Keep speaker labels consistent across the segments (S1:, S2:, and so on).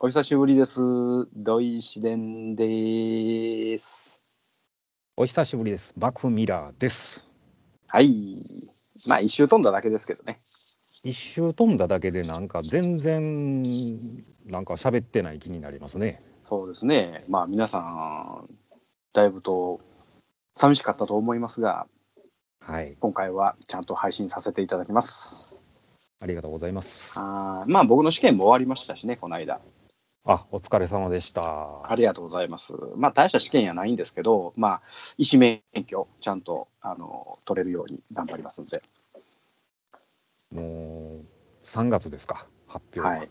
S1: お久しぶりです。土井紫伝です。
S2: お久しぶりです。バクミラーです。
S1: はい。まあ、一周飛んだだけですけどね。
S2: 一周飛んだだけでなんか全然なんか喋ってない気になりますね。
S1: そうですね。まあ、皆さん、だいぶと寂しかったと思いますが、
S2: はい、
S1: 今回はちゃんと配信させていただきます。
S2: ありがとうございます。
S1: あーまあ、僕の試験も終わりましたしね、この間。
S2: あ、お疲れ様でした。
S1: ありがとうございます。まあ、大した試験やないんですけど、まあ、医師免許、ちゃんとあの取れるように頑張りますんで。
S2: もう3月ですか。発表が、
S1: はい。はい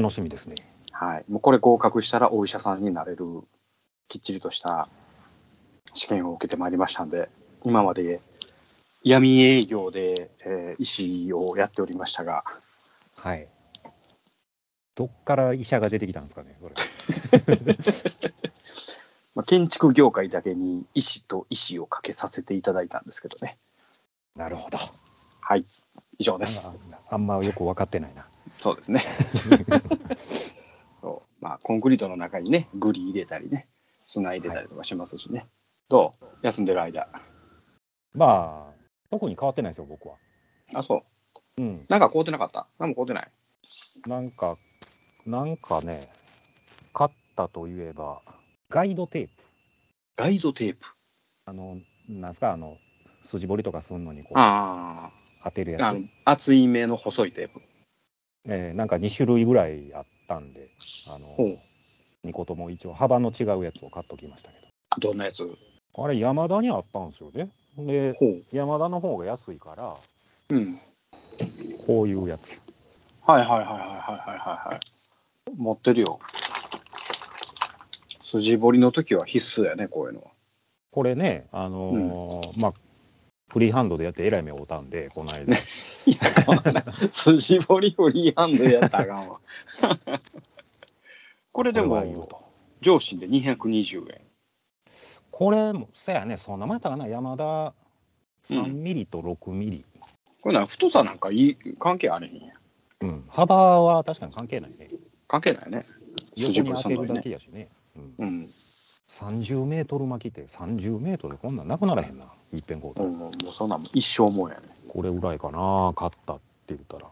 S2: 楽しみですね。
S1: はい、もうこれ合格したらお医者さんになれるきっちりとした試験を受けてまいりましたんで今まで闇営業で、えー医師をやっておりましたが
S2: はい。どっから医者が出てきたんですかね。これ
S1: まあ建築業界だけに医師と医師をかけさせていただいたんですけどね
S2: なるほど。
S1: はい以上
S2: な
S1: で
S2: ん
S1: す
S2: かあんまよく分かってないな。
S1: そうです ねそう、まあ、コンクリートの中にねグリ入れたりね砂入れたりとかしますしね、どう休んでる間
S2: まあ特に変わってないですよ僕は。
S1: あそう
S2: うん。
S1: なんか凍ってなかった何も凍ってない
S2: なんかなんかね買ったといえばガイドテープ。
S1: ガイドテープ
S2: あの、なんですか、あの、筋彫りとかするのにこう
S1: あ
S2: 当てる
S1: あ、あ
S2: やつ
S1: の、厚い目の細いテープ。
S2: えーなんか2種類ぐらいあったんで、
S1: ほ
S2: あの
S1: う、
S2: 2個とも一応幅の違うやつを買っときましたけ
S1: どんなやつ
S2: ど、あれ、山田にあったんですよね。で、
S1: ほう。
S2: 山田の方が安いから、
S1: うん。
S2: こういうやつ。
S1: はいはいはいはいはいはいはいはい。持ってるよ。筋彫りの時は必須やね、こういうのは。
S2: これね、あのーまあ、フリーハンドでやってえらい目を負ったんで、この
S1: い
S2: 間。
S1: や、 筋彫りフリーハンドでやったらあかんわ。 これで
S2: これはいいよ
S1: も、
S2: と
S1: 上心で220円。
S2: これも、そやね、そんなもんやったかな、山田
S1: う
S2: 3
S1: ん
S2: ミリと6ミリ。
S1: これな、太さなんかいい関係あれへんやん。
S2: うん、幅は確かに関係ないね。
S1: 関係ないね。
S2: 横に当て
S1: のに
S2: るだ
S1: ね。
S2: けやしね。うん
S1: うん。
S2: 30メートル巻きって30メートルでこんなんなくならへんな。いっぺんこう
S1: も
S2: と
S1: う、もうそんなんもう一生もんやね。
S2: これぐらいかな、買ったって言ったら。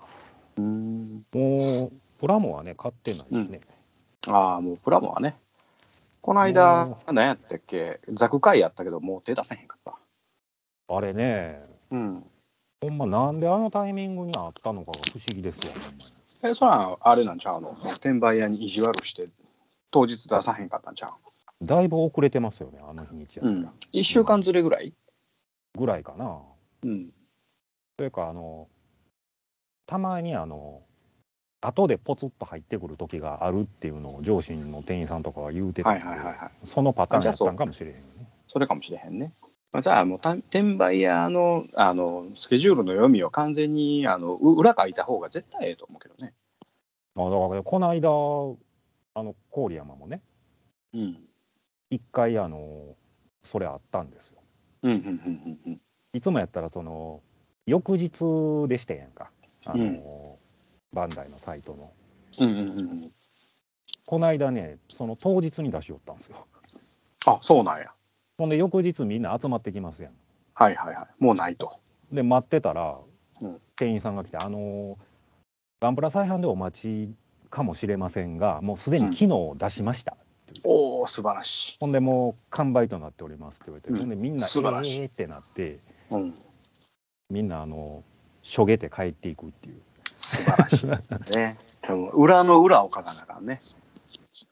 S1: うーん。
S2: もう、プラモはね、買ってないですね。
S1: ああ、もうプラモはね。この間
S2: も、
S1: 何やったっけ、ザク会やったけど、もう手出せへんかった。
S2: あれね、
S1: うん。
S2: ほんまなんであのタイミングにあったのかが不思議ですよ。
S1: え、そら、あれなんちゃうの転売屋に意地悪して、当日出さへんかったんちゃ
S2: だいぶ遅れてますよね、あの日にちや
S1: うう
S2: ったら。
S1: ん。1週間ずれぐらい
S2: ぐらいかな。
S1: うん。
S2: というか、あの、たまにあの、後でポツッと入ってくる時があるっていうのを上司の店員さんとかは言うてた
S1: は
S2: ん
S1: い
S2: で
S1: はいはいはい。
S2: そのパターンやったんかもしれへんよね。
S1: それかもしれへんね。まあ、じゃあ、もうた転売屋の、あの、スケジュールの読みを完全に、あの、う裏書いた方が絶対ええと思うけどね。
S2: まあ、だからこの間あの郡山もね
S1: うん。
S2: 一回あのそれあったんですよ
S1: うん、うん、うん、うんうん。
S2: いつもやったらその翌日でしたやんかあの、バンダイのサイトの
S1: うん、うん、うんうん。
S2: この間ねその当日に出しよったんですよ
S1: あ、そうなんや。
S2: ほんで翌日みんな集まってきますやん
S1: はいはいはい。もうないと。
S2: で待ってたら、
S1: うん
S2: 店員さんが来て「あのガンプラ再販でお待ちかもしれませんがもうすでに機能を出しました」
S1: おお、素晴らし
S2: ほんでもう完売となっておりますって言われて、
S1: うん
S2: ほんでみんな「
S1: 素晴らしい
S2: えーってなって。
S1: い。うん。
S2: みんなあのしょげて帰っていくっていう
S1: 素晴らしいね。でも裏の裏を書かなあかんね。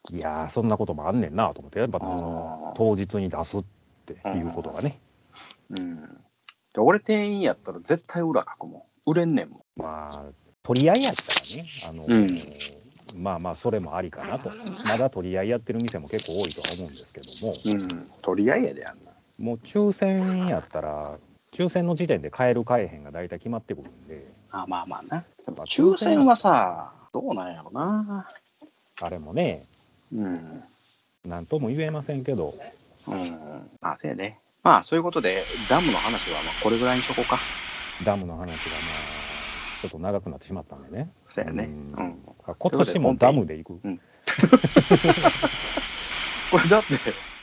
S2: いやーそんなこともあんねんなと思ってやっぱ
S1: あー
S2: 当日に出すっていうことがね
S1: うん。で俺店員やったら絶対裏書くもん。売れんねんもん。
S2: まあ取り合いやったらねあの、
S1: うん
S2: まあまあそれもありかなとまだ取り合いやってる店も結構多いとは思うんですけども
S1: うん。取り合いやであんな。
S2: もう抽選やったら抽選の時点で買える買えへんが大体決まってくるんで
S1: あまあまあな。でも
S2: まあ
S1: 抽選はさ、どうなんやろな。
S2: あれもね
S1: うん。
S2: 何とも言えませんけど
S1: うん。まあせやね。まあそういうことで、ダムの話はまあこれぐらいにしとこうか。
S2: ダムの話がまあちょっと長くなってしまったんでね
S1: そうやね。
S2: うん
S1: うん。
S2: 今年もダムで行く
S1: うんこれだって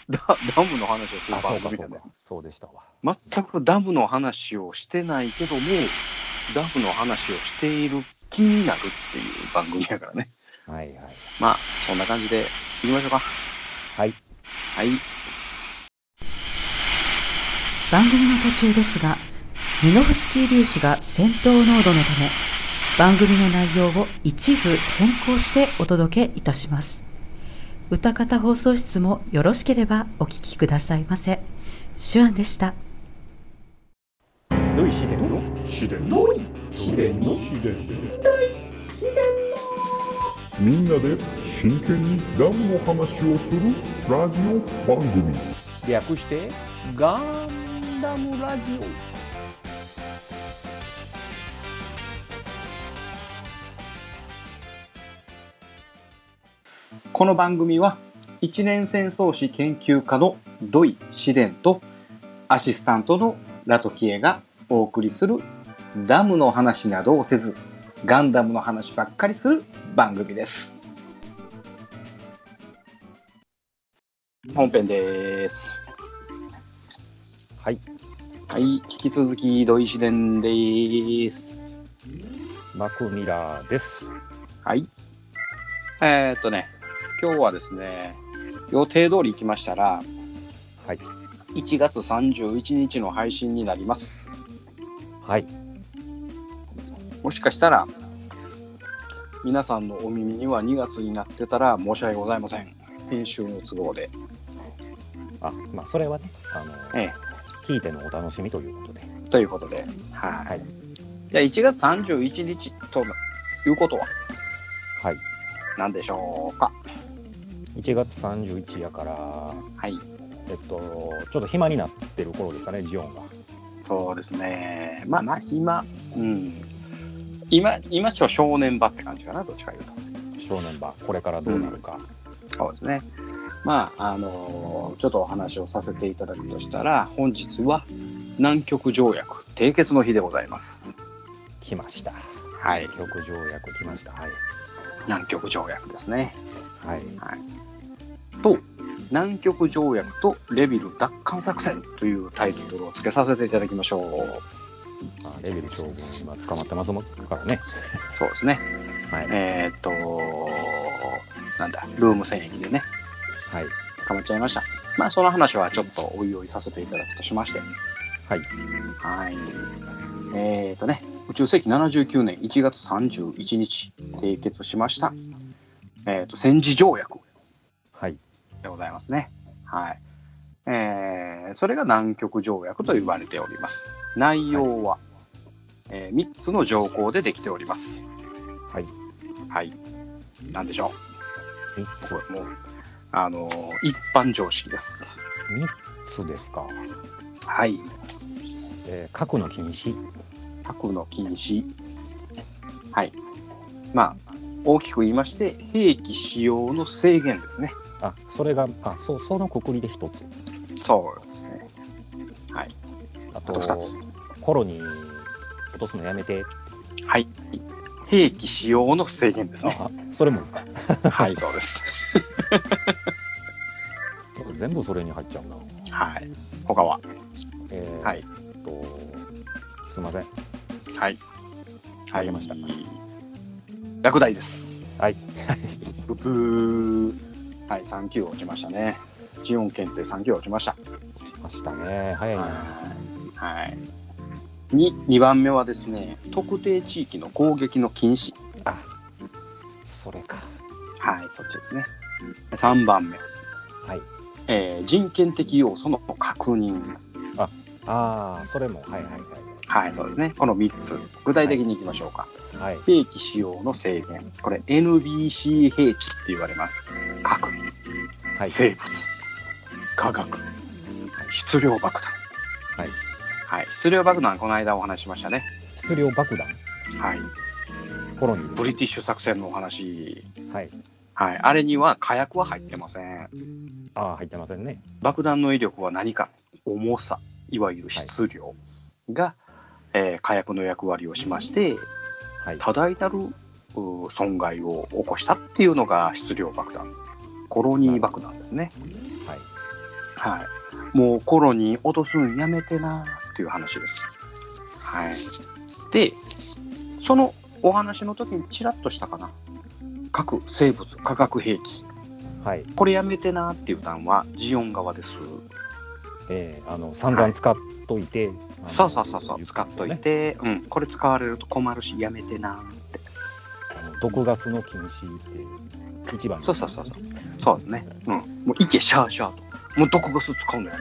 S1: ダダムの話をする
S2: あそう
S1: 番
S2: か
S1: 組
S2: そ
S1: だ
S2: う
S1: ね
S2: かそうでしたわ
S1: 全くダムの話をしてないけどもダムの話をしている気になるっていう番組やからね
S2: はいはい
S1: まあそんな感じでいきましょうか
S2: は
S1: は
S2: い
S1: い
S3: 番組の途中ですが、ミノフスキー粒子が戦闘濃度のため、番組の内容を一部変更してお届けいたします。歌方放送室もよろしければお聞きくださいませ。手腕でした。
S2: 土井秀の
S4: みんなで真剣にダムの話をするラジオ番組
S2: 略してガンダムラジオ
S1: この番組は一年戦争史研究家の土井紫伝とアシスタントのラトキエがお送りするダムの話などをせずガンダムの話ばっかりする番組です本編です
S2: はい
S1: はい引き続き土井紫伝です
S2: マクミラーです
S1: はいえー、っとね今日はですね予定通り行きましたら
S2: はい
S1: 1月31日の配信になります。
S2: はい
S1: もしかしたら、皆さんのお耳には2月になってたら申し訳ございません。編集の都合で。
S2: あまあそれはねあの、
S1: え
S2: 聞いてのお楽しみということで
S1: え、ということで、はい。
S2: はい
S1: じゃあ1月31日ということは
S2: はい
S1: 何でしょうか
S2: 1月31やから
S1: はい。
S2: えっとちょっと暇になってる頃ですかねジオンが
S1: そうですね。まあまあ、今、うん。今、今ちょっと正念場って感じかな、どっちかいうと。
S2: 正念場これからどうなるか、
S1: そうですね。まあ、あのちょっとお話をさせていただくとしたら、本日は南極条約締結の日でございます。
S2: 来ました
S1: はい。
S2: 極条約来ましたはい
S1: 南極条約ですね。
S2: はい
S1: と、南極条約とレビル奪還作戦というタイトルを付けさせていただきましょう。
S2: まあレベル将軍今捕まってますもんからね
S1: そうですね。
S2: はい
S1: えーっと、なんだ、ルーム戦役でね、
S2: はい
S1: 捕まっちゃいました。まあ、その話はちょっとおいおいさせていただくとしまして。
S2: はい
S1: はい。えー、とね、宇宙世紀79年1月31日、締結しました、えー、と戦時条約
S2: はい
S1: でございますね。はい。えー、それが南極条約と言われております。内容は、え3つの条項でできております。
S2: はい
S1: はい。なんでしょ
S2: 三
S1: う
S2: つ
S1: これもう、あのー一般常識です。
S2: 三つですか、
S1: はい。
S2: えー、核の禁止
S1: 核の禁止。はい。まあ、大きく言いまして、兵器使用の制限ですね。
S2: あそれがあそうそのくくりで一つ
S1: そうですね。はい。
S2: あ
S1: あ
S2: と
S1: と2つ。
S2: コロニー落とすのやめて
S1: はい。兵器使用の制限ですね。
S2: あそれもですか
S1: はい、そうです。
S2: 全部それに入っちゃうな、
S1: はい。他は
S2: えー、
S1: はい。
S2: とすいません
S1: はい。
S2: わかりました
S1: 落第です。
S2: はい
S1: ブブー。はい、3級落ちましたね。ジオン検定3級落ちました。
S2: 落ちましたね早いな
S1: はい。に2番目はですね、特定地域の攻撃の禁止。
S2: それか
S1: はい、そっちですね。3番目、
S2: はい
S1: えー人権的要素の確認。
S2: ああそれもはいはい
S1: はい、そうですね。この3つ、具体的にいきましょうか。
S2: はいはい
S1: 兵器使用の制限。これ、NBC 兵器って言われます。核、
S2: はい
S1: 生物、化学、質量爆弾。
S2: はい。
S1: はい、質量爆弾、この間お話ししましたね。
S2: 質量爆弾
S1: はい。
S2: コロニー
S1: ブリティッシュ作戦のお話。
S2: はい
S1: はい。あれには火薬は入ってません。
S2: ああ入ってませんね
S1: 爆弾の威力は何か重さいわゆる質量が、えー火薬の役割をしまして
S2: はい
S1: 多大なるう損害を起こしたっていうのが質量爆弾コロニー爆弾ですね、
S2: はい
S1: はい、もうコロニー落とすんやめてなっていう話です、はい、でそのお話の時にちらっとしたかな核生物化学兵器
S2: はい
S1: これやめてなっていう単はジオン側です
S2: えー、あの散々使っといて、あの
S1: そうそうそうそう、
S2: 言
S1: 使
S2: たん
S1: っ
S2: です
S1: と
S2: よ
S1: い
S2: ね
S1: て、うん、これ使われると困るし、やめてなって。
S2: あの毒ガスの禁止って一番
S1: そうそうそうそう。そうですね。うん。もう、いけ、シャーシャーと。もう、毒ガス使うのや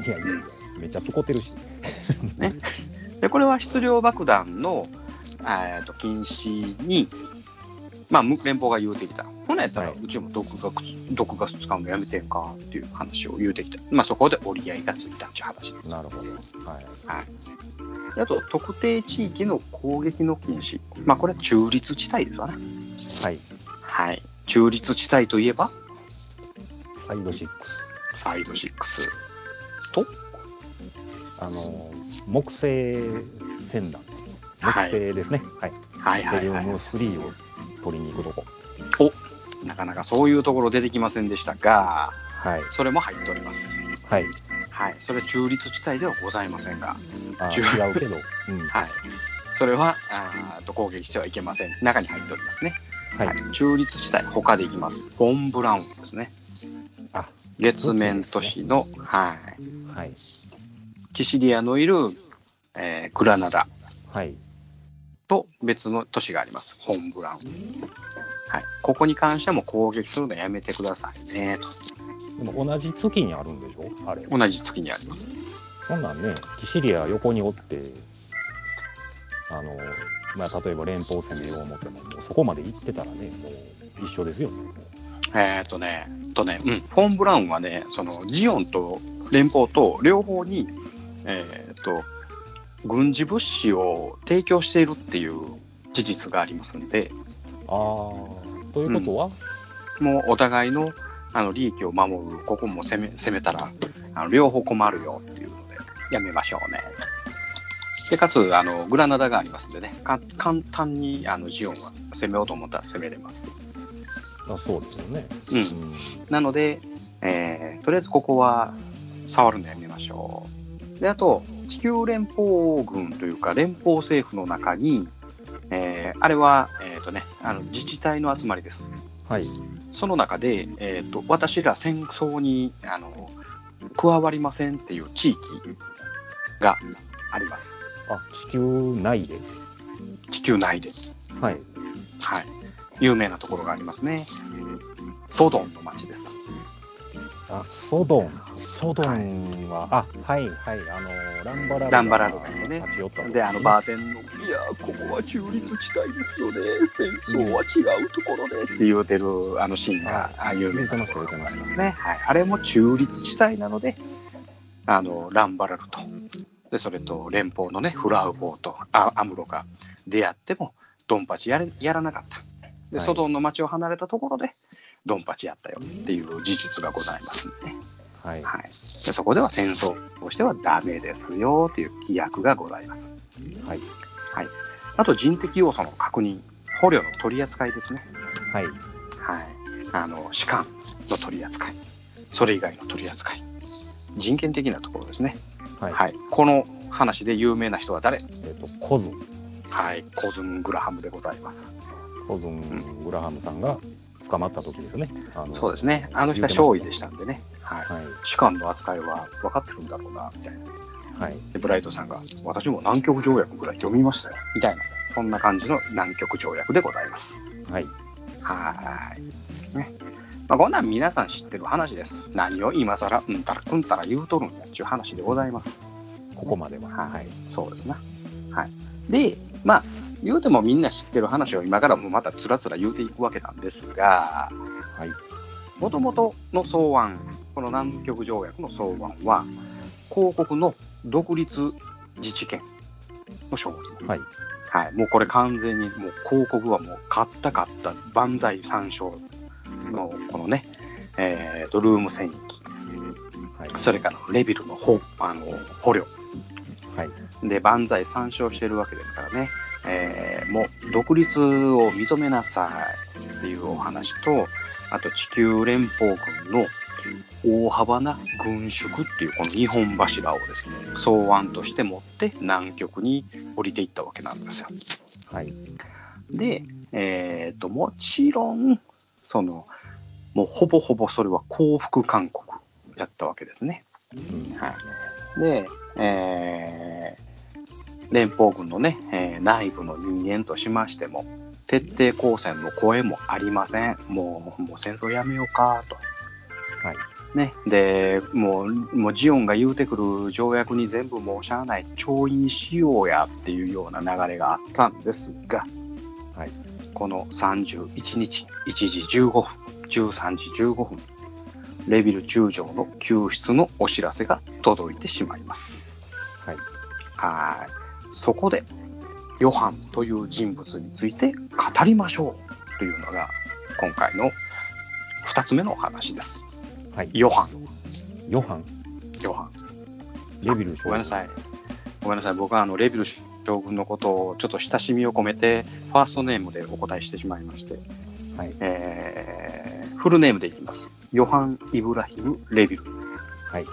S1: め
S2: いやいやいやめっちゃ使ってるし、
S1: て。で、これは質量爆弾の、えー、と禁止に、まあ、む連邦が言うてきた。ほなやったら、
S2: はいう
S1: ちも毒ガス毒ガス使うのやめてんかっていう話を言うてきた。まあ、そこで折り合いがついたっていう話です。
S2: なるほど、はい、
S1: であと、特定地域の攻撃の禁止。まあ、これは中立地帯ですわね。
S2: はい、
S1: はい。中立地帯といえば、
S2: サイドシック
S1: サイド6。
S2: ス、あの木製船団、
S1: は
S2: 木
S1: い
S2: 製ですね、はい、
S1: はいは
S2: ヘ
S1: い
S2: リウ
S1: は
S2: ム
S1: い。
S2: 3を取りに行くとこ、
S1: なかなかそういうところ出てきませんでしたが、
S2: はい、
S1: それも入っております。
S2: はい、
S1: はい。それ中立地帯ではございませんが、
S2: あ
S1: 十
S2: 違うけど、うん、
S1: はい。それは、あーと攻撃してはいけません。中に入っておりますね。
S2: はい、
S1: 中立地帯、他でいきます。フォン・ブラウンですね。
S2: あ、
S1: 月面都市の、はい。
S2: はい、
S1: キシリアのいる、えーグラナダ
S2: はい、
S1: と別の都市があります。フォン・ブラウン。はい。ここに関してはもう攻撃するのやめてくださいね。
S2: でも同じ月にあるんでしょ、あれ、
S1: と同じ月にあります。
S2: そんなんね、キシリア横におって、あの、まあ、例えば連邦戦でよう思っても、もうそこまで行ってたらね、もう一緒ですよね。もう
S1: えーっ、とね、とね、うん、フォン・ブラウンはね、そのジオンと連邦と両方に、えーっ、と、軍事物資を提供しているっていう事実がありますんで、
S2: ああ、ということは、
S1: もうお互いのあの利益を守る、ここも攻め攻めたらあの、両方困るよっていうので、やめましょうね。で、かつ、あのグラナダがありますんでね、か簡単にあのジオンは攻めようと思ったら攻めれます。
S2: あそうですよね。
S1: うんなので、えーとりあえずここは触るのやめましょう。で、あと、地球連邦軍というか、連邦政府の中に、えーあれは、えっ、とね、あの自治体の集まりです。
S2: はい。
S1: その中で、えっ、と、私ら戦争に、あの、加わりませんっていう地域があります。
S2: あ、地球内で。
S1: 地球内で。
S2: はい。
S1: はい。有名なところがありますね。ソドンの町です。
S2: あ、ソドン。ソドンは、あ、はいはい。あの、ランバラルダ
S1: ランバラルダにね
S2: 立ち寄ったとこ
S1: で、あのバーテンの、いや、ここは中立地帯ですよね、戦争は違うところでって言うてるあのシーンが、ああいう
S2: 言うてま
S1: な
S2: し
S1: とこ
S2: た言うて
S1: ろ
S2: ま
S1: があり
S2: し
S1: ま
S2: た
S1: すね。はい、あれも中立地帯なので、あのランバラルと、でそれと連邦のね、フラウボーとあアムロが出会っても、ドンパチやれやらなかった。で、
S2: はい
S1: ソドンの町を離れたところで、ドンパチやったよっていう事実がございますんでね。
S2: はい。
S1: はい、でそこでは戦争としてはダメですよという規約がございます。
S2: はい。
S1: はい、あと人的要素の確認、捕虜の取り扱いですね。
S2: はい。
S1: はい、あの士官の取り扱い、それ以外の取り扱い、人権的なところですね。
S2: はい。
S1: はい、この話で有名な人は誰
S2: えっ、と、コズン。
S1: はい、コズン・グラハムでございます。
S2: コズン・グラハムさんが捕まった時ですね。あの
S1: そうですね。あの人は少尉でしたんでね。はい。
S2: はい。
S1: 士官の扱いは分かってるんだろうな、みたいな。
S2: はい。
S1: でブライトさんが「私も南極条約ぐらい読みましたよ」みたいなそんな感じの南極条約でございます
S2: はい。
S1: はーい、ねまあ、こんなん皆さん知ってる話です何を今更うんたらうんたら言うとるんやっちゅう話でございます
S2: ここまでは。
S1: はい、
S2: はい。
S1: そうですな、はい、でまあ言うてもみんな知ってる話を今からもまたつらつら言うていくわけなんですが
S2: はい。
S1: もともとの草案、この南極条約の草案は、広告の独立自治権の承認。
S2: はい。
S1: はい。もうこれ完全に、もう広告はもう買った買った、万歳三章のこのね、えー、とルーム戦役、
S2: はい。
S1: それからレビルのほあの捕虜、
S2: はい。
S1: で、万歳三章してるわけですからね、えーもう独立を認めなさいっていうお話と、あと地球連邦軍の大幅な軍縮っていうこの日本柱をですね、草案として持って南極に降りていったわけなんですよ。
S2: はい。
S1: で、えー、ともちろんそのもうほぼほぼそれは幸福勧告だったわけですね。
S2: うん
S1: はで、えー連邦軍のね、えー内部の人間としましても徹底抗戦の声もありませんもうもう戦争やめようかと。
S2: はい。
S1: ね、でもうもうジオンが言うてくる条約に全部もうしゃあない調印しようやっていうような流れがあったんですが、
S2: はい
S1: この31日1時15分13時15分レビル中将の救出のお知らせが届いてしまいます
S2: はい。
S1: はいそこでヨハンという人物について語りましょうというのが今回の2つ目のお話です
S2: はい。
S1: ヨハン
S2: ヨハン。
S1: ヨハン
S2: レビル
S1: ご
S2: 将
S1: めんなさい。ごめんなさい。僕はあのレビル将軍のことをちょっと親しみを込めて、ファーストネームでお答えしてしまいまして、
S2: はい。
S1: えーフルネームでいきます。ヨハン・イブラヒム・レビル。
S2: はい。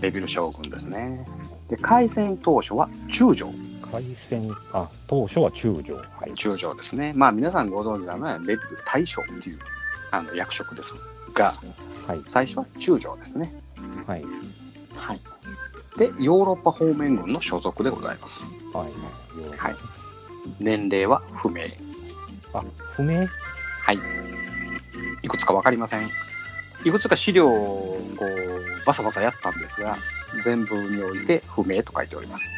S1: レビル将軍ですね。で、開戦当初は中将。
S2: 開戦、あ、当初は中将。はい。
S1: 中将ですね。まあ皆さんご存知なのは、レビル大将っていうあの役職ですが、
S2: はい。
S1: 最初は中将ですね。
S2: はい。
S1: はい。で、ヨーロッパ方面軍の所属でございます。
S2: はい。よ
S1: はい年齢は不明。
S2: あ、不明
S1: はい。いくつか分かりません。いくつか資料をこうバサバサやったんですが、全部において不明と書いております。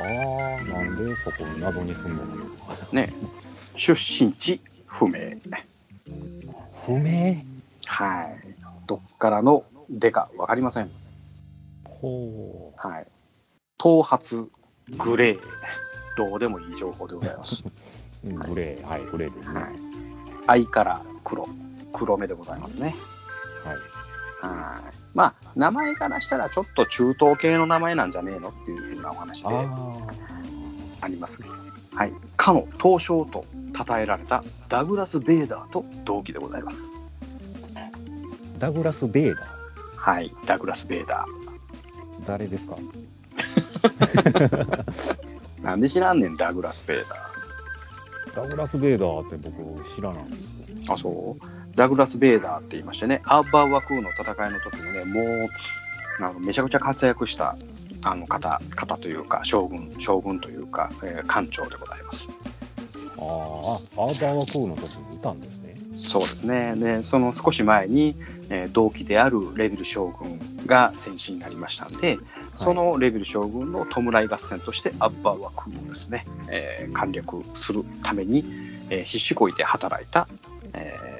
S2: ああ、なんでそこに謎にすんのかな
S1: ね、出身地不明。
S2: 不明
S1: はい。どっからの出か分かりません。
S2: ほ
S1: はい。頭髪、グレー。どうでもいい情報でございます。
S2: う。うんグレー。はい。グレーですね。
S1: は
S2: はい
S1: い。藍から黒。黒目でございますね。。はい。まあ、名前からしたらちょっと中東系の名前なんじゃねえのっていうふうなお話で。
S2: ああ。
S1: あります。はい、かの東証と称えられたダグラス・ベイダーと同期でございます。
S2: ダグラス・ベーダー。
S1: はい、ダグラス・ベイダ
S2: 誰ですか
S1: ー。なんで知らんねん、ダグラス・ベイダ
S2: ダグラス・ベーダーって僕知らないんです
S1: ー。あ、そう。ダグラス・ベイダーって言いましてね、アーバー・ワクーの戦いの時にね、もうあのめちゃくちゃ活躍したあの方、方というか、将軍、将軍というか、えー艦長でございます。
S2: あーあ、アーバー・ワクーの時にいたんですね。
S1: そうですね。で、その少し前に、えー同期であるレビル将軍が戦死になりましたんで、そのレビル将軍の弔い合戦としてアッバーワクーをですね、えー簡略するために、えー必死こいて働いた、えー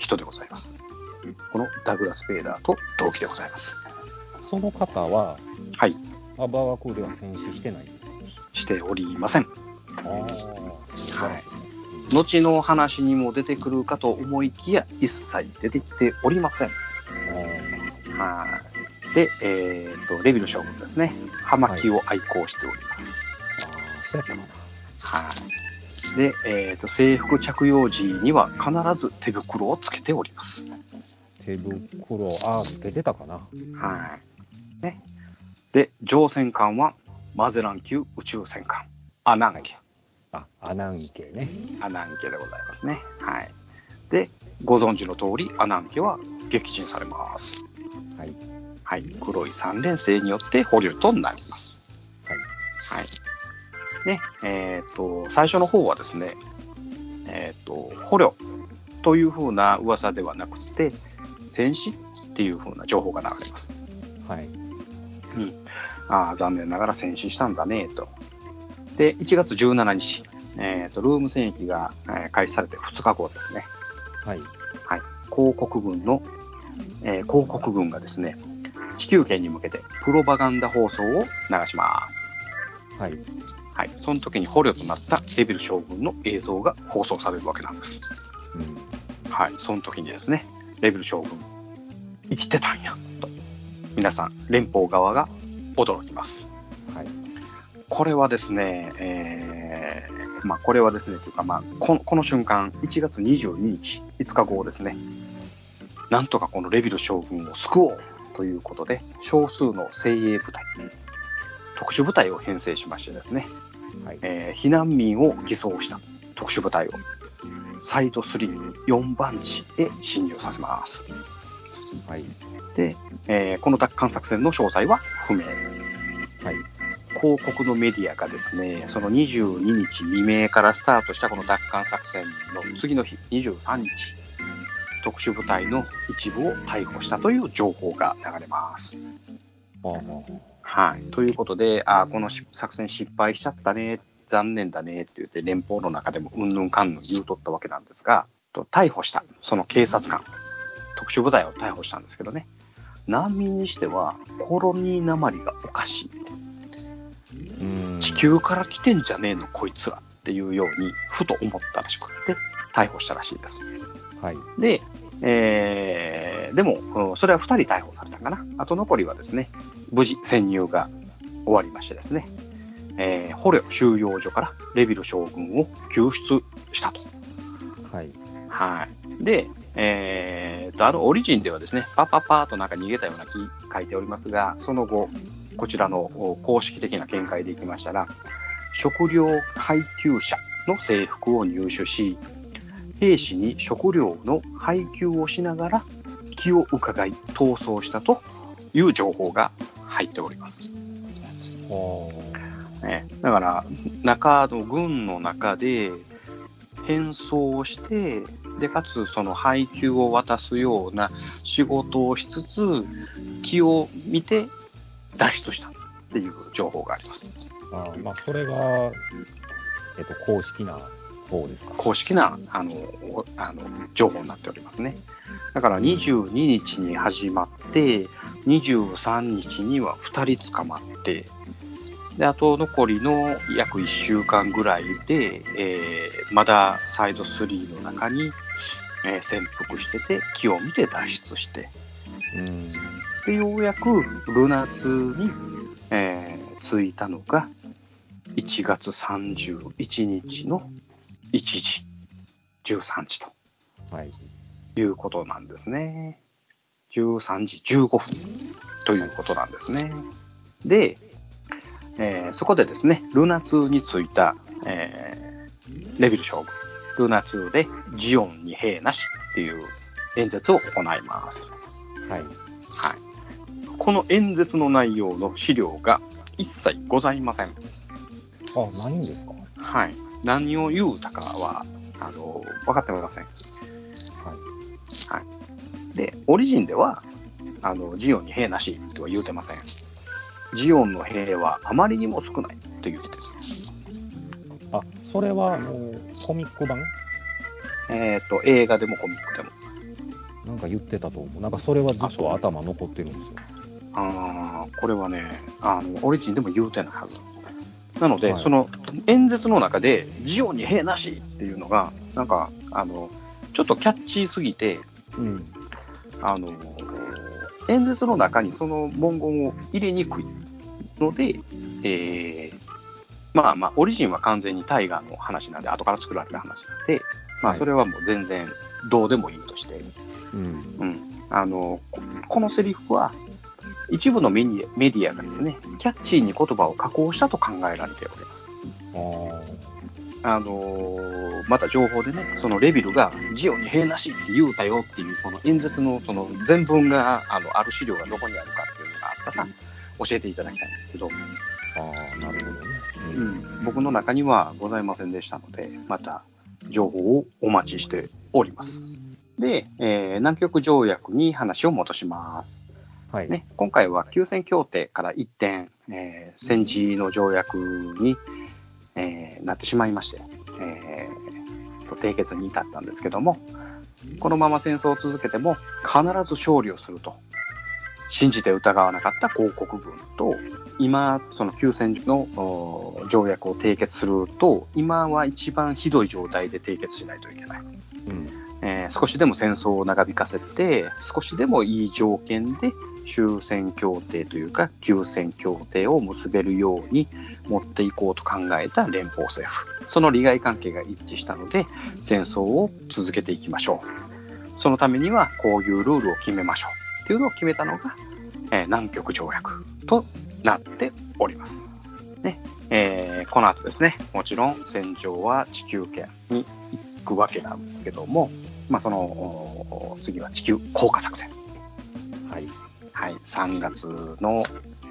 S1: 人でございます。このダグラス・ベイダーと同期でございます。
S2: その方は、
S1: はい、
S2: アーバー・ワクーでは戦死してないんですか
S1: しておりません。
S2: ああ、
S1: はい後の話にも出てくるかと思いきや、一切出てきておりません。はい。で、えっ、と、レビル将軍ですね。葉巻を愛好しております。
S2: ああ、そうやったかな。
S1: はい。で、えー、と制服着用時には必ず手袋をつけております。
S2: 手袋、ああ、つけてたかな。
S1: はい。ね。で、乗船艦はマゼラン級宇宙戦艦アナンケ、
S2: あ、アナンケね。
S1: アナンケでございますね。はい。で、ご存知の通りアナンケは撃沈されます。
S2: はい。
S1: はい。黒い三連星によって捕虜となります。
S2: はい。
S1: はい。ね、えっ、と、最初の方はですね、えっ、と、捕虜というふうな噂ではなくて、戦死っていうふうな情報が流れます。
S2: はい。
S1: ああ、残念ながら戦死したんだね、と。で、1月17日、えっ、と、ルーム戦役が、えー開始されて2日後ですね、
S2: はい。
S1: 広告軍の、えー広告軍がですね、地球圏に向けてプロパガンダ放送を流します。
S2: はい。
S1: はい、その時に捕虜となったレビル将軍の映像が放送されるわけなんです。
S2: うん。
S1: はい、その時にですね、レビル将軍、生きてたんや、と。皆さん、連邦側が驚きます。
S2: はい。
S1: これはですね、えーーまあ、これはですね、というか、まあこの、この瞬間、1月22日、5日後ですね、なんとかこのレビル将軍を救おうということで、少数の精鋭部隊、特殊部隊を編成しましてですね、
S2: はい
S1: えー避難民を偽装した特殊部隊を、サイド3、4番地へ侵入させます。
S2: はい
S1: で、えーこの奪還作戦の詳細は不明。
S2: はい
S1: 広告のメディアがですね、その22日未明からスタートしたこの奪還作戦の次の日、23日、特殊部隊の一部を逮捕したという情報が流れます。
S2: あー
S1: はい、ということで、あーこのし作戦失敗しちゃったね、残念だねって言って、連邦の中でもうんぬんかんぬん言うとったわけなんですが、と逮捕した、その警察官、特殊部隊を逮捕したんですけどね、難民にしてはコロニーなまりがおかしい、
S2: うん
S1: 地球から来てんじゃねえの、こいつらっていうように、ふと思ったらしくって、逮捕したらしいです。
S2: はい
S1: で、えーでも、うんそれは2人逮捕されたかな。あと残りはですね、無事潜入が終わりましてですね、えー捕虜収容所からレビル将軍を救出したと。
S2: はい
S1: はい。で、えーと、あのオリジンではですね、パッパッパーとなんか逃げたような気書いておりますが、その後、こちらのお公式的な見解でいきましたら、食料配給者の制服を入手し、兵士に食料の配給をしながら気を伺い逃走したという情報が入っております。
S2: あー
S1: ね、だから中の軍の中で変装をしてでかつその配給を渡すような仕事をしつつ気を見て脱出したっていう情報があります
S2: あーまあそれがえっと公式な方ですか
S1: 公式なあのおあの情報になっておりますねだから22日に始まって23日には2人捕まってであと残りの約1週間ぐらいで、えーまだサイド3の中に、えー潜伏してて気を見て脱出して
S2: うん
S1: でようやくルナ2に、えー着いたのが1月31日の1時13時と
S2: はい
S1: いうことなんですね。13時15分ということなんですね。で、えーそこでですね、ルナ2についた、えーレビル将軍、ルナ2でジオンに兵なしっていう演説を行います。
S2: はい
S1: はい、この演説の内容の資料が一切ございません。
S2: あないんですか
S1: はい、何を言うたかはあの分かっておりません。
S2: はい
S1: で、オリジンではあのジオンに兵なしとは言うてません。ジオンの兵はあまりにも少ないと言ってる。
S2: あそれはもうコミック版
S1: えっ、と、映画でもコミックでも。
S2: なんか言ってたと思うなんかそれはずっと頭残ってるんですよ
S1: あーこれはねあの、オリジンでも言うてないはず。なので、
S2: はい
S1: その演説の中で、ジオンに兵なしっていうのが、なんか、あのちょっとキャッチーすぎて、
S2: うん
S1: あの演説の中にその文言を入れにくいので、えーまあまあオリジンは完全にタイガーの話なんで後から作られた話なんで、ま
S2: は
S1: あ、
S2: い
S1: それはもう全然どうでもいいとして、
S2: うん
S1: うん、あのここのセリフは一部のメディアメディアがですねキャッチーに言葉を加工したと考えられております。
S2: あ
S1: あのーまた情報でね、そのレビルがジオに兵なしって言うたよっていう、この演説のその全文があのある資料がどこにあるかっていうのがあったら、教えていただきたいんですけど、
S2: あああなるほどね、
S1: う
S2: うん
S1: ん、僕の中にはございませんでしたので、また情報をお待ちしております。で、えー南極条約に話を戻します。
S2: はい、
S1: ね、今回は休戦協定から一点、えー戦時の条約に、えーなってしまいまして、えーと締結に至ったんですけどもこのまま戦争を続けても必ず勝利をすると信じて疑わなかった広告軍と今その休戦のお条約を締結すると今は一番ひどい状態で締結しないといけない。
S2: うん
S1: えー少しでも戦争を長引かせて少しでもいい条件で終戦協定というか休戦協定を結べるように持っていこうと考えた連邦政府その利害関係が一致したので戦争を続けていきましょうそのためにはこういうルールを決めましょうっていうのを決めたのが、えー南極条約となっております、ねえーこの後ですねもちろん戦場は地球圏に行くわけなんですけども、まあ、そのお次は地球降下作戦
S2: はい。
S1: はい、3月の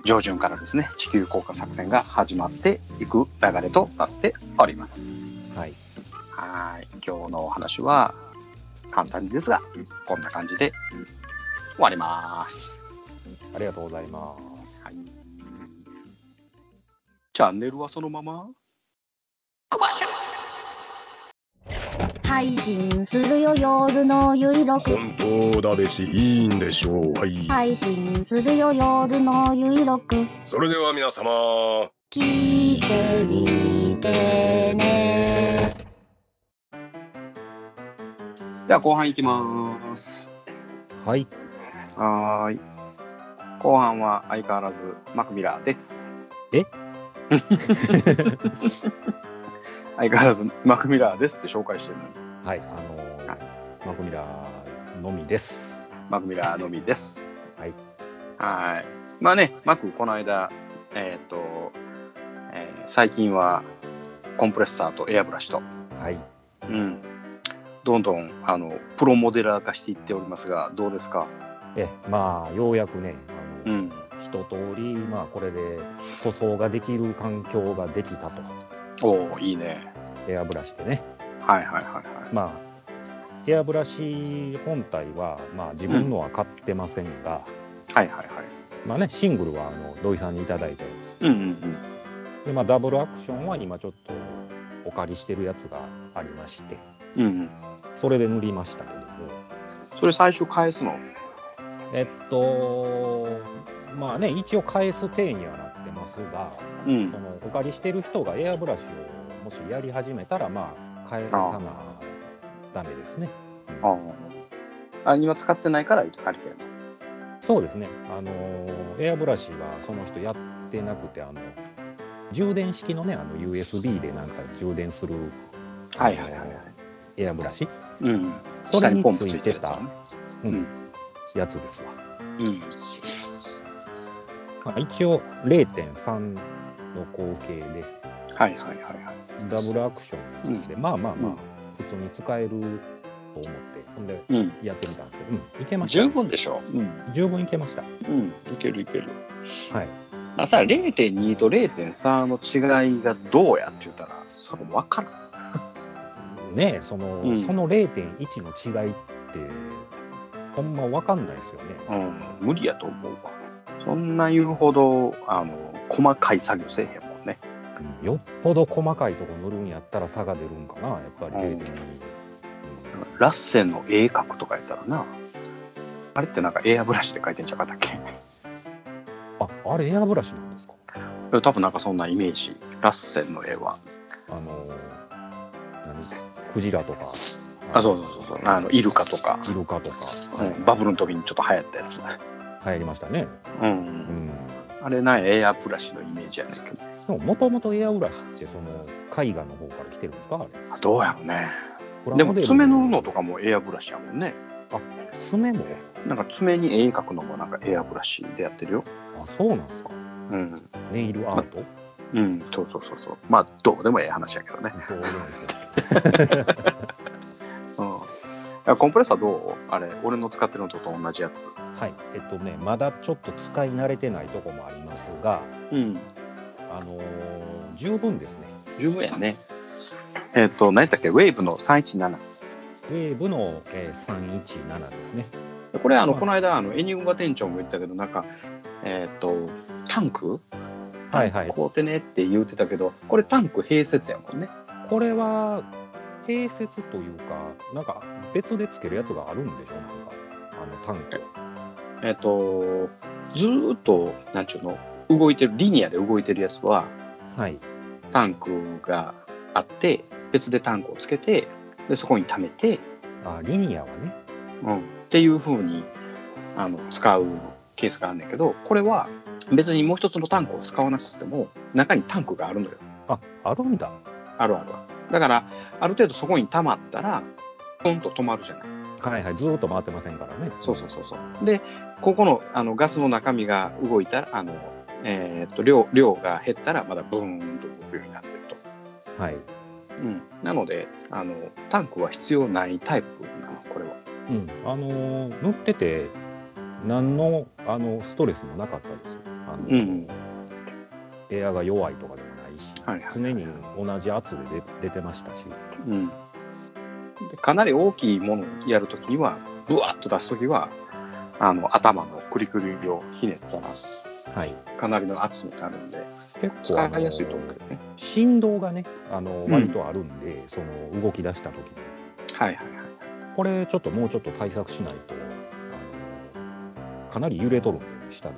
S1: 上旬からですね、地球降下作戦が始まっていく流れとなっております。
S2: はい。
S1: はい、今日のお話は簡単ですが、こんな感じで終わります。
S2: ありがとうございます。
S1: はい、チャンネルはそのまま
S5: 配信するよ夜のゆいろく
S6: 本当だべしいいんでしょうはい、
S5: 配信するよ夜のゆいろく
S6: それでは皆様
S5: 聞いてみてね
S1: では後半いきます。
S2: はい。
S1: はーい。後半は相変わらずマクミラーです。
S2: え
S1: 相変わらずマクミラーですって紹介してるのに。
S2: はい。あのーマクミラーのみです。
S1: マクミラーのみです。
S2: はい。
S1: はい。まあね、マク、この間、えっ、と、えー最近はコンプレッサーとエアブラシと、
S2: はい。
S1: うん、どんどんあのプロモデラー化していっておりますが、どうですか
S2: え、まあ、ようやくね、あ
S1: う
S2: の、
S1: ん。
S2: 一通り、まあ、これで塗装ができる環境ができたと。
S1: おおいいね。
S2: エアブラシでね。
S1: はいはいはいはい。
S2: まあ、エアブラシ本体は、まあ、自分のは買ってませんが、
S1: はいはいはい。
S2: まあね、シングルはあの土井さんにいただいたやつ
S1: うんうんうん。
S2: で、まあ、ダブルアクションは今ちょっとお借りしてるやつがありまして
S1: うんうん、
S2: それで塗りましたけども
S1: それ最初返すの
S2: えっとまあね一応返す体にはなってますが
S1: う
S2: そ
S1: ん。
S2: のお借りしてる人がエアブラシをもしやり始めたらまあ返さなダメですね。
S1: ああ。あ、今使ってないから借りてるの。
S2: そうですね。あのーエアブラシはその人やってなくてあの充電式のねあの USB でなんか充電する、
S1: はいはいはいはい
S2: い、エアブラシ
S1: うん。
S2: それについてた
S1: うん
S2: やつですわ。
S1: うん。
S2: まあ、一応0.3の口径で
S1: はいはいはいはい。
S2: ダブルアクションなんで、まあまあまあ、普通に使えると思ってほんで
S1: うん。うん。
S2: やってみたんですけど、うん、いけました
S1: 十分でしょ。うん。
S2: 十分いけました。は
S1: うん。いけるいける。
S2: い。
S1: あさ、0.2と0.3の違いがどうやって言ったら、それ分からん。
S2: ねえその、
S1: うん
S2: その0.1の違いってほんまわかんないですよね。
S1: うん。無理やと思うわ。そんな言うほど、あの、細かい作業せえへんもんね。
S2: よっぽど細かいとこ塗るんやったら差が出るんかなやっぱり
S1: うん
S2: 0.2に。
S1: ラッセンの絵描くとかやったらな。あれってなんかエアブラシで描いてんじゃなかったっけ
S2: ああれエアブラシなんですか
S1: 多分なんかそんなイメージ。ラッセンの絵は。
S2: あの何クジラとか
S1: あ、そうそうそうそう。あの、イルカとか、
S2: イルカとか
S1: うんバブルの時にちょっと流行ったやつ。
S2: 流行りましたね。
S1: う。
S2: うんん
S1: あれな、エアブラシのイメージやねんけど。
S2: でももともとエアブラシってその絵画の方から来てるんですかあれ
S1: あどうやろうね。
S2: プラ
S1: で
S2: モ
S1: も
S2: デル
S1: 爪ののとかもエアブラシやもんね。
S2: 爪も
S1: なんか爪に絵描くのもなんかエアブラシでやってるよ。
S2: あそうなんですか
S1: うん。
S2: ネイルアート
S1: うん、そうそうそうそう。まあ、どうでもええ話やけどね。
S2: どうでもいいですよ
S1: うんいや。コンプレッサーどうあれ、俺の使ってるのと同じやつ。
S2: はいえっとねまだちょっと使い慣れてないとこもありますが
S1: うん。
S2: あのー十分ですね
S1: 十分やね。えっ、と、何やったっけウェーブの317。
S2: ウェーブの、えー、317ですね
S1: これ、あの、
S2: はい
S1: この間、あの、エニグマ店長も言ったけど、なんか、えっ、と、タンク
S2: はいはい
S1: こうてねって言うてたけど、これタンク併設やもんね。
S2: これは併設というかなんか別でつけるやつがあるんでしょなんかあのタンク
S1: えっと、ずーっと、なんちゅうの、動いてる、リニアで動いてるやつは、
S2: はい
S1: タンクがあって、別でタンクをつけて、で、そこに溜めて、
S2: あリニアはね
S1: うん、っていう風に、あの、使うケースがあるんだけど、これは、別にもう一つのタンクを使わなくても中にタンクがあるのよ
S2: ああるんだ
S1: あるあるだからある程度そこに溜まったらポンと止まるじゃない
S2: はいはいずーっと回ってませんからね
S1: そうそうそうそうでここのあのガスの中身が動いたらあの、えーっと量量が減ったらまだブーンと動くようになってると、
S2: はい
S1: うん、なのであのタンクは必要ないタイプなのこれは
S2: うん、あのー乗ってて何のあのストレスもなかったですよあの、
S1: うん
S2: エアが弱いとかでもないし、
S1: はいはい
S2: 常に同じ圧で出出てましたし、
S1: うん、でかなり大きいものをやるときにはブワッと出すときはあの頭のくりくりをひねったら
S2: はい、
S1: かなりの圧になるんで
S2: 結構あの
S1: 使いやすいと思うけ
S2: ー
S1: どね
S2: 振動がねあの
S1: うん
S2: 割とあるんで、その動き出した時に
S1: はいはいはい
S2: これちょっともうちょっと対策しないと、あのーかなり揺れとるんでね下で、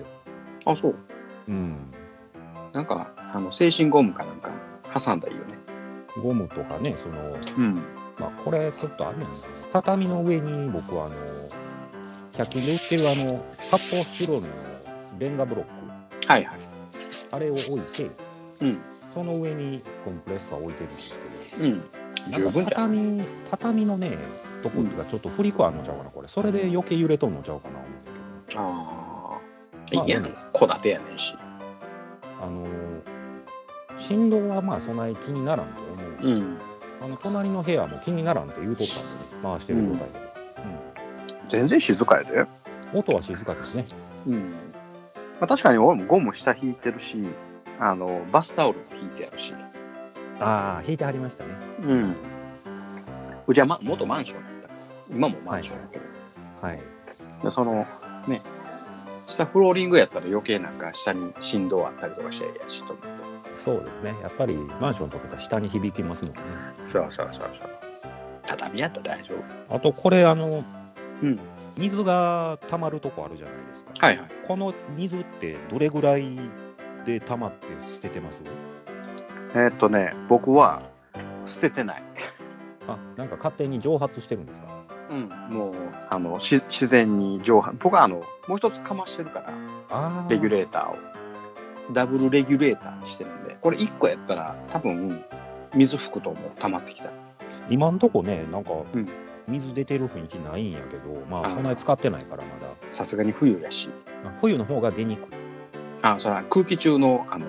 S1: あそう
S2: うん、
S1: なんかあの精神ゴムかなんか挟んだらいいよね
S2: ゴムとかねその
S1: うん
S2: まあ、これちょっとあれなんですよ畳の上に僕はあの100均で売ってるあの発泡スチロールのレンガブロック
S1: はいはい
S2: あれを置いて
S1: うん
S2: その上にコンプレッサーを置いてるんですけ
S1: う
S2: ど、
S1: ん十
S2: なん
S1: 分
S2: か
S1: じゃん
S2: 畳畳のねとこっていうかちょっと振り子あんのちゃうかなこれそれで余計揺れとんのちゃうかな思うんだけ
S1: ああ
S2: まあ
S1: いや戸建てやねんし
S2: どあの振動はまあそない気にならんと思う、
S1: うん
S2: あの隣の部屋も気にならんって言うとったんで、ね、回してる状態で、
S1: 全然静かやで
S2: うん音は静かですね
S1: うん、まあ、確かに俺もゴム下引いてるしあのバスタオルも引いてあるし
S2: ああ引いてありましたね
S1: うん。うちは、ま、元マンションだったから。今もマンションやけど。
S2: はい
S1: でその、ね、下フローリングやったら余計なんか下に振動あったりとかしてやしと思って。
S2: そうですね。やっぱりマンションとかが下に響きますもんね。
S1: そうそうそうそう。畳やったら大丈夫。
S2: あとこれあの
S1: うん。
S2: 水が溜まるとこあるじゃないですか。
S1: はいはい。
S2: この水ってどれぐらいで溜まって捨ててます？
S1: えーっとね、僕は捨ててない。
S2: あ、なんか勝手に蒸発してるんですか？
S1: うん。もう、あの、し自然に蒸発。僕はあの、もう一つかましてるから、
S2: あ
S1: レギュレーターを。ダブルレギュレーターにしてるんで、これ1個やったら多分、水吹くともう溜まってきた。
S2: 今んとこね、なんか
S1: うん
S2: 水出てる雰囲気ないんやけど、ま
S1: あ
S2: あ
S1: ー
S2: そんなに使ってないからまだ。
S1: さすがに冬やし。
S2: あ冬の方が出にくい。
S1: あそれは空気中のあの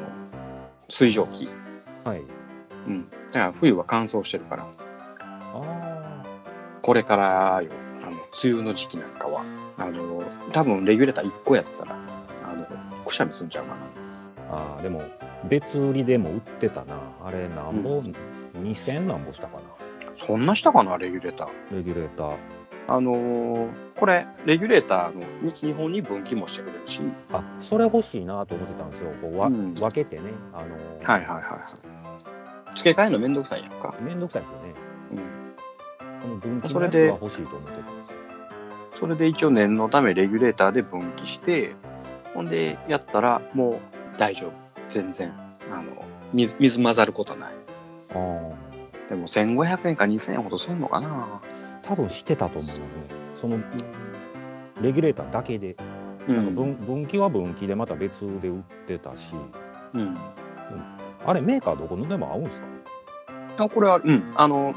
S1: 水蒸気、
S2: はい。
S1: うん、だから冬は乾燥してるから
S2: あ
S1: これからよあの梅雨の時期なんかはあの多分レギュレーター1個やったらあのくしゃみすんちゃうかな
S2: ーあー、でも別売りでも売ってたな。あれなんぼ、2000なんぼしたかな。
S1: そんなしたかなレギュレーター
S2: レギュレーター。
S1: あのーこれレギュレーターのに日本に分岐もしてくれるし
S2: あそれ欲しいなと思ってたんですよこうわ、
S1: うん
S2: 分けてね、あのー
S1: はいはいはいはい付け替えるのめんどくさいやんか、
S2: めんどくさいですよね
S1: うん、
S2: この分岐
S1: そ
S2: の
S1: れ
S2: やつ
S1: で
S2: は欲しいと思ってたんですよ
S1: それで一応念のためレギュレーターで分岐してほんでやったらもう大丈夫全然あの水水混ざることない
S2: あー
S1: でも1500円か2000円ほどするのかな。
S2: 多分してたと思いますねそのレギュレーターだけで、
S1: う
S2: なんか
S1: ん。
S2: 分分岐は分岐でまた別で売ってたし
S1: うん。
S2: あれメーカーどこのでも合うんですか
S1: あこれは、うん。あの、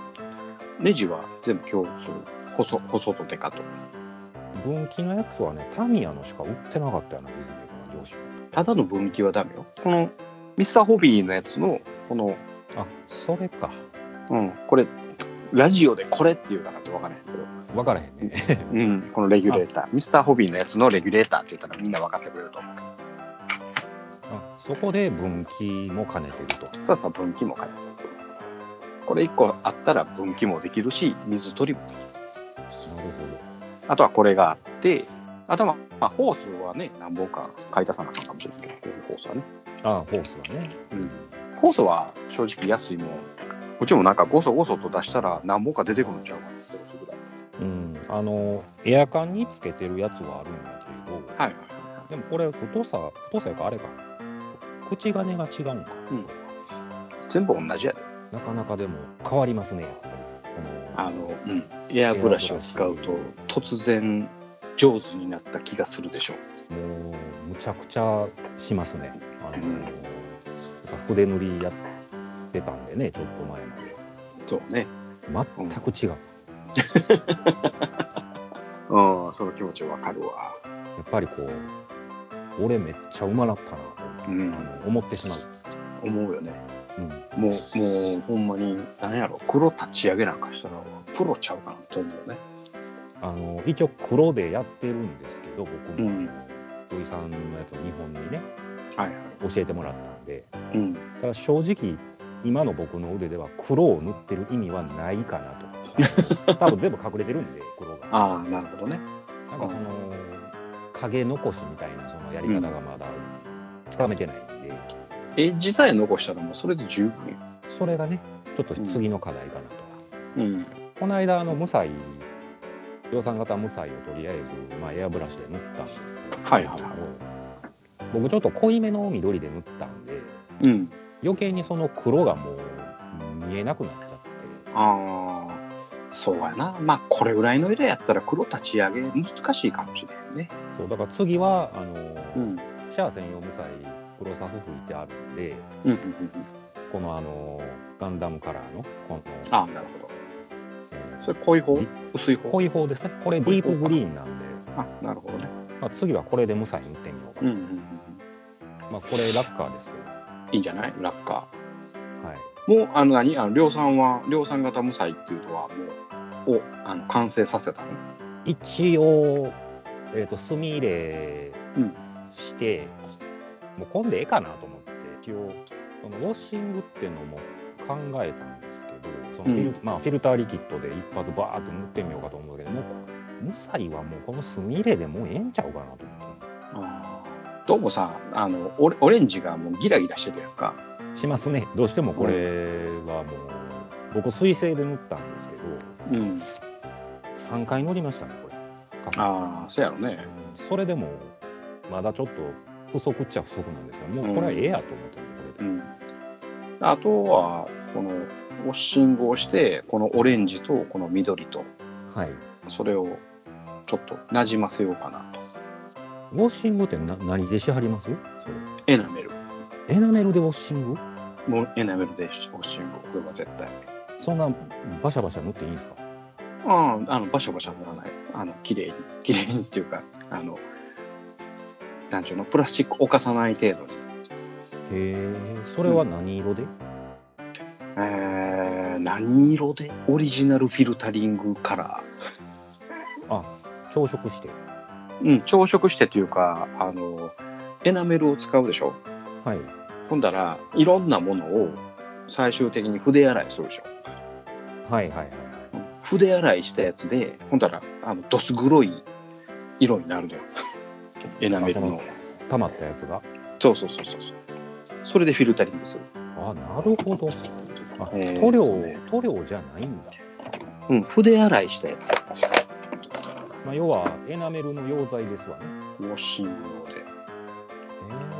S1: ネジは全部共通。細、細とデカと。
S2: 分岐のやつはねタミヤのしか売ってなかったようなディズニーかな上司
S1: ただの分岐はダメよ。この、ミスターホビーのやつの、この、
S2: あそれか
S1: うん、これ、ラジオでこれって言うたかって分からへんけど、
S2: 分からへんね
S1: うん、このレギュレーター、ミスターホビーのやつのレギュレーターって言ったらみんな分かってくれると思う。
S2: あそこで分岐も兼ねてると
S1: そうそう、分岐も変えてる。これ1個あったら分岐もできるし、水取りもできる。
S2: なるほど
S1: あとはこれがあって、あとは、まあ、ホースはね、何本か買い足さなあかんかもしれないけど、こういうホースはね。
S2: あホースはね
S1: うん。ホースは正直安いもん。こっちもなんかごそごそと出したら何本か出てくるんちゃうかな、それぐらい。
S2: うん、あのエアカンにつけてるやつはあるんだけど、
S1: はい。
S2: でもこれ太さ太さやからあれか口金が違うんか、
S1: うん全部同じやで。
S2: なかなかでも変わりますねやっぱりこの
S1: あの、うん。エアブラシを使うと、突然上手になった気がするでしょう。
S2: もうむちゃくちゃしますねあのやっぱ筆塗りやってたんでねちょっと前まで
S1: そうね。
S2: 全く違う、や
S1: うん、その気持ちわかるわ。
S2: っぱりこう俺めっちゃうまなったな
S1: う
S2: と、
S1: ん
S2: あの思ってしま
S1: 思うよね。
S2: う、うん、
S1: もう、もう、ほんまに、なんやろ、黒立ち上げなんかしたら、プロちゃうかなと思うね。
S2: あの一応黒でやってるんですけど僕も、
S1: うん
S2: 土井さんのやつを日本にね
S1: はい
S2: 教えてもらったんで
S1: はい。うん。
S2: ただ正直今の僕の腕では黒を塗ってる意味はないかな と多分全部隠れてるんで黒が
S1: ああ、なるほどね。
S2: なんかその影残しみたいなそのやり方がまだつかめてないんで、
S1: エッジさえ残したら、もうそれで十分よ。
S2: それがねちょっと次の課題かなと、
S1: うん。
S2: この間あの無彩量産型無彩をとりあえず、まあ、エアブラシで塗ったんですけど
S1: はいはいはい
S2: 僕ちょっと濃いめの緑で塗ったんで
S1: うん。
S2: 余計にその黒がもう見えなくなっちゃって
S1: ああ、そうやな。まあ、これぐらいの色やったら、黒立ち上げ難しいかもしれんね。
S2: そうだから次はあの、
S1: うん。
S2: シャア専用無彩黒サフ吹いてあるんで
S1: うんうんうんうん。
S2: このあのガンダムカラーのこの、
S1: ああ、なるほど。
S2: え
S1: それ濃い方
S2: り
S1: 薄い
S2: ー
S1: 方
S2: 濃い方ですねこれディープグリーンなんで、
S1: あなるほどね。
S2: まあ、次はこれで無彩塗ってみようか
S1: うん
S2: な、
S1: うんうんうん。
S2: まあ、これラッカーですけど、
S1: いいんじゃないラッカ
S2: はい、
S1: ー。もう、あの何、あの量産は、量産型無彩っていうのは、もう、をあの完成させたの
S2: 一応、えー、と墨入れ
S1: うん
S2: して、もうこんでええかなと思って一応そのウォッシングっていうのも考えたんですけどそのフィ
S1: う
S2: ル,、
S1: ん
S2: まあ、フィルターリキッドで一発バーッと塗ってみようかと思うんだけどもう無彩はもうこの墨入れでもうええんちゃうかなと思っ
S1: どうもさあのオレオレンジがもうギラギラしてるやんか
S2: てしますねどうしてもこれはもう僕水性で塗ったんです
S1: うん
S2: けど3回塗りましたねこれ。
S1: ああそうやろね
S2: それでもまだちょっと不足っちゃ不足なんですよもうこれはええやと思ってるこ
S1: う
S2: れで、
S1: んあとはこのウォッシングをしてこのオレンジとこの緑と
S2: はい
S1: それをちょっとなじませようかなと
S2: ウォッシングってな何でしはりますそ
S1: エナメル
S2: れエナメルでウォッシング
S1: もうエナメルでウォッシングこれは絶対
S2: そんなバシャバシャ塗っていいんですか
S1: あああのバシャバシャ塗らないあの綺麗に綺麗にっていうかあのなんちゅうのプラスチックをかさない程度に
S2: へえそれは何色で、
S1: えー何色でオリジナルフィルタリングカラー
S2: あ朝食して
S1: うん、朝食してというかあのエナメルを使うでしょ
S2: はい
S1: ほんだらいろんなものを最終的に筆洗いするでしょ
S2: はいはいはいはい
S1: 筆洗いしたやつでほんだらあのどす黒い色になるのよエナメルの
S2: 溜まったやつが
S1: そうそうそうそうそうそれでフィルタリングする、
S2: あなるほどあ
S1: えー
S2: 塗料
S1: そうね
S2: 塗料じゃないんだ、
S1: うん、筆洗いしたやつ
S2: まあ、要はエナメルの溶剤ですわね
S1: ウォッシング用で
S2: え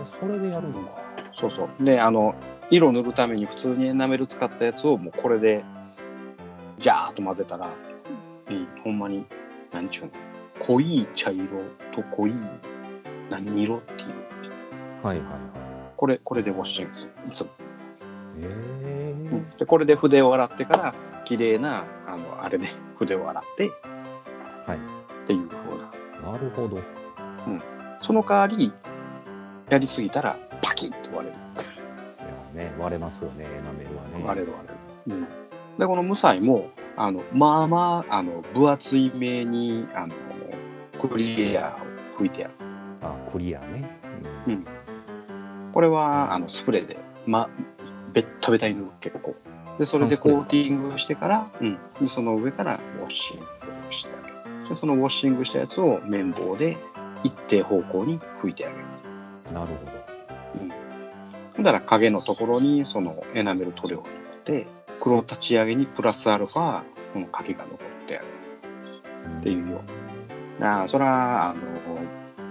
S2: ー、それでやるのか
S1: そうそうであの色塗るために普通にエナメル使ったやつをもうこれでジャーッと混ぜたら、うん、ほんまに何ちゅうの濃い茶色と濃い何色っていう
S2: はいはいはい
S1: これこれでウォッシングするいつも、
S2: え
S1: う
S2: ー
S1: ん、でこれで筆を洗ってから綺麗なあのあれで筆を洗って、
S2: はい
S1: っていうふうな
S2: なるほど。
S1: その代わりやりすぎたらパキッと割れる。
S2: いやね、割れますよね、エナメルはね。
S1: 割れる割れる、でこの無彩もあのまあまああの分厚い目にあのクリアを拭いてある
S2: あ、クリアね。
S1: うんこれはあのスプレーで、ま、ベッタベタに塗る結構でそれでコーティングをしてから、うん、でその上からウォッシングをしてあげるでそのウォッシングしたやつを綿棒で一定方向に拭いてあげる
S2: なるほ
S1: ほんだら影のところにそのエナメル塗料を塗って黒立ち上げにプラスアルファこの影が残ってある
S2: ど。
S1: っていうよああ、そら、あの、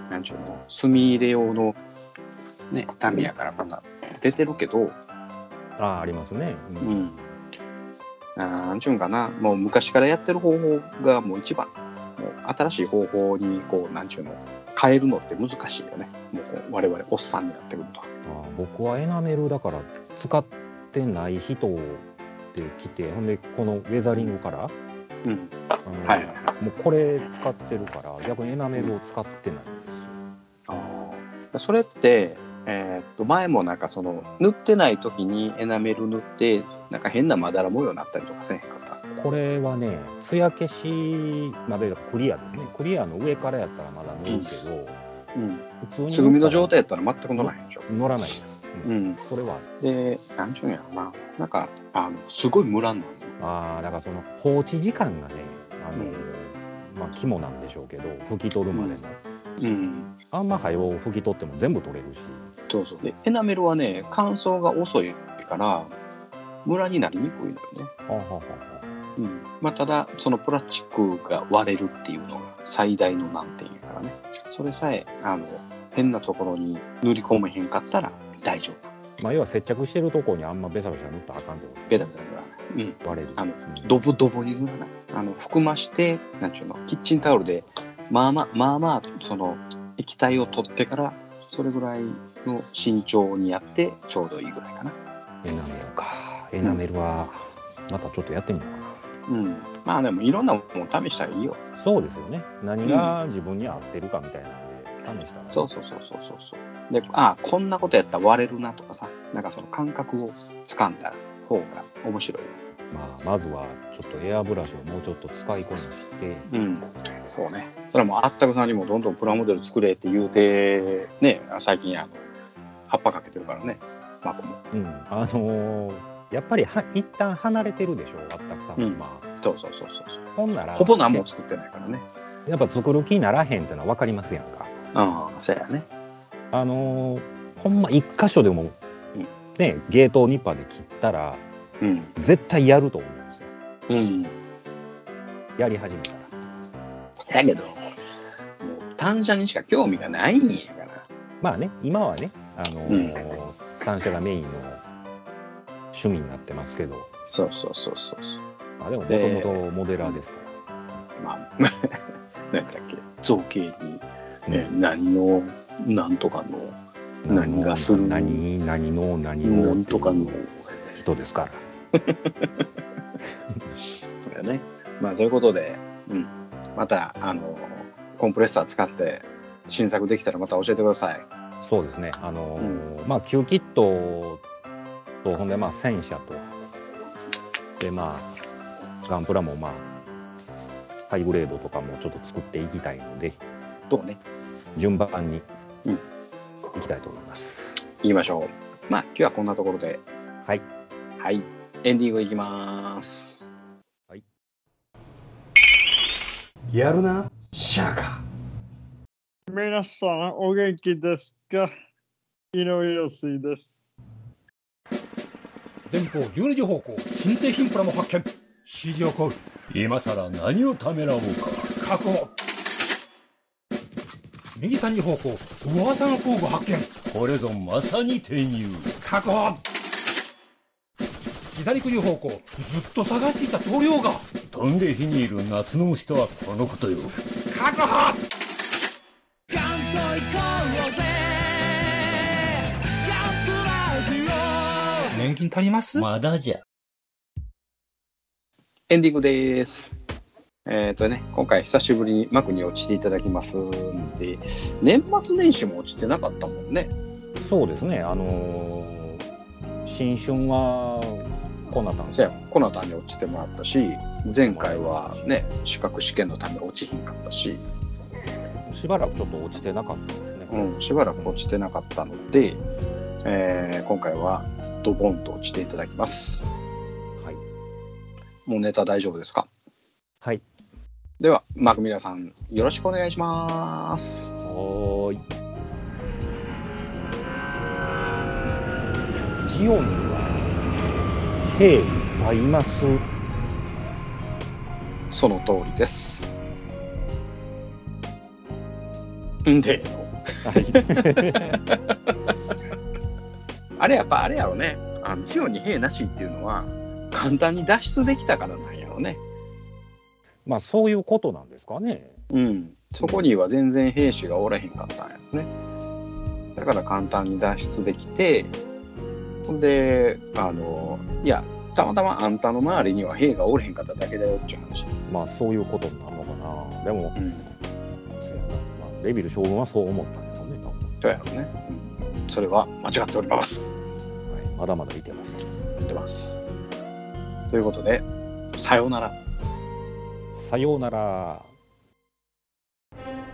S1: なんちゅうの、墨入れ用の、ね、ダミやから、まだ出てるけど、
S2: あ、ありますね。う
S1: う。ん。ああなんちゅうんかな、もう昔からやってる方法がもう一番。もう新しい方法にこうなんちゅうの変えるのって難しいよねもうこう我々おっさんになってくると
S2: あ僕はエナメルだから使ってない人で来てほんでこのウェザリングから、
S1: うん
S2: あの
S1: はいはいはい
S2: もうこれ使ってるから逆にエナメルを使ってないんですよ
S1: それって、えーっと前もなんかその塗ってない時にエナメル塗ってなんか変なまだら模様になったりとかせえへんかった
S2: これはね艶消しまでクリアですねクリアの上からやったらまだ乗るけど、
S1: うん
S2: 普通に
S1: 素組みの状態やったら全く乗らへんでしょ、
S2: 乗らないです、うん
S1: うん、
S2: それは
S1: で何ちゅうんやろななんかあのすごいムラになる
S2: ああだからその放置時間がねあの、
S1: うん
S2: まあ肝なんでしょうけど拭き取るまでの、
S1: うん
S2: あんま早う拭き取っても全部取れるし
S1: そうそうでエナメルはね乾燥が遅いからムラになりにくいのよね
S2: はあはあは
S1: うんまあ、ただそのプラスチックが割れるっていうのが最大の難点やからねそれさえあの変なところに塗り込めへんかったら大丈夫
S2: あまあ要は接着してるとこにあんまベシャベシャ塗ったらあかんってこと
S1: ベタベタ塗らない、うん、
S2: 割れる
S1: あの
S2: うん
S1: ドブドブに塗らないあの含ましてなんちゅうのキッチンタオルでまあまあまあまあその液体を取ってからそれぐらいの慎重にやってちょうどいいぐらいかな
S2: エナメルかエナメルはまたちょっとやってみようかな、
S1: うんまあでもいろんなもん試したらいいよ
S2: そうですよね何が自分に合ってるかみたいなんで試したら、
S1: そうそうそうそうそうそう。で、あこんなことやったら割れるなとかさ、なんかその感覚をつかんだ方が面白い。
S2: まあ、まずはちょっとエアブラシをもうちょっと使いこなして
S1: うん。そうね。それはもうあったくさんにもどんどんプラモデル作れって言うて、ね、最近あの、葉っぱかけてるからね、マコも。
S2: うんあのーやっぱりは一旦離れてるでしょあったくさんは、
S1: うん
S2: まあ
S1: そうそうそうそうそう。
S2: ほんなら
S1: ほぼ何も作ってないからね。
S2: やっぱ作る気にならへんってのは分かりますやんか
S1: うん、そうやね。
S2: あのーほんま一箇所でも、ねゲートをニッパーで切ったら
S1: うん。
S2: 絶対やると思うんですよ
S1: うん。
S2: やり始めたら
S1: やけど、もう単車にしか興味がないんやから。
S2: まあね今はねあのー単車がメインの趣味になってますけど
S1: そうそうそうそうそう。
S2: まあでももと
S1: で
S2: もとモデラーですから、
S1: まあ、 何だっけ造形に、え
S2: う
S1: 何のなんとかの何がする
S2: 何何の何の
S1: なんとかの
S2: 人ですから
S1: それねまあそういうことで、うん、またあのコンプレッサー使って新作できたらまた教えてください
S2: そうですねあのーまあ旧キットとほんでまあ戦車とでまあガンプラもまあハイグレードとかもちょっと作っていきたいので
S1: どうね
S2: 順番に
S1: うん
S2: いきたいと思います、
S1: 言いましょうまあ今日はこんなところで
S2: はい
S1: はいエンディングいきます
S7: やるな、シャーカ。
S8: 皆さん、お元気ですか井上陽水です。
S9: 前方12時方向新製品プラも発見指示をコール
S6: 今さら何をためらおうか
S9: 確保右3時方向噂の工具発見
S6: これぞまさに転入
S9: 確保左9時方向ずっと探していた棟梁が
S6: 飛んで火にいる夏の虫とはこのことよ
S9: 確保年金足ります
S6: まだじゃ
S1: エンディングですえっ、とね今回久しぶりに幕に落ちていただきますんで年末年始も落ちてなかったもんね
S2: そうですねあのー新春はこんな感じ
S1: じゃあこの後に落ちてもらったし前回はね資格試験のため落ちひんかったし、
S2: しばらくちょっと落ちてなかったですね、
S1: うん、しばらく落ちてなかったので、えー今回はドボンと落ちていただきます
S2: はい
S1: もうネタ大丈夫ですか
S2: はい
S1: ではマクミラさんよろしくお願いします
S2: はーいジオンには兵いっぱいいます
S1: その通りですんで あれやっぱあれやろねあの地方に兵なしっていうのは簡単に脱出できたからなんやろね
S2: まあそういうことなんですかね
S1: うん、そこには全然兵士がおらへんかったんやね。だから簡単に脱出できて、ほんで、あの、いや、たまたまあんたの周りには兵がおらへんかっただけだよっていう話。
S2: まあそういうことになるのかなでも、
S1: うん。
S2: そうやなまあ、レビル将軍はそう思ったんやろうね多分
S1: そうやろね。うんそれは間違っております。
S2: はい、まだまだいてます
S1: 言ってます。ということで、さようなら。
S2: さようなら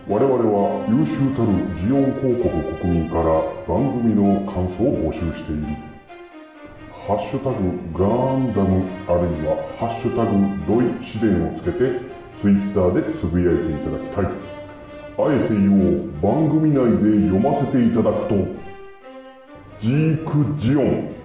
S4: 我々は優秀たるジオン広告国民から番組の感想を募集している「ハッシュタグガンダム」あるいは「ハッシュタグドイ試練」をつけてツイッターでつぶやいていただきたいあえて言おう番組内で読ませていただくとジークジオン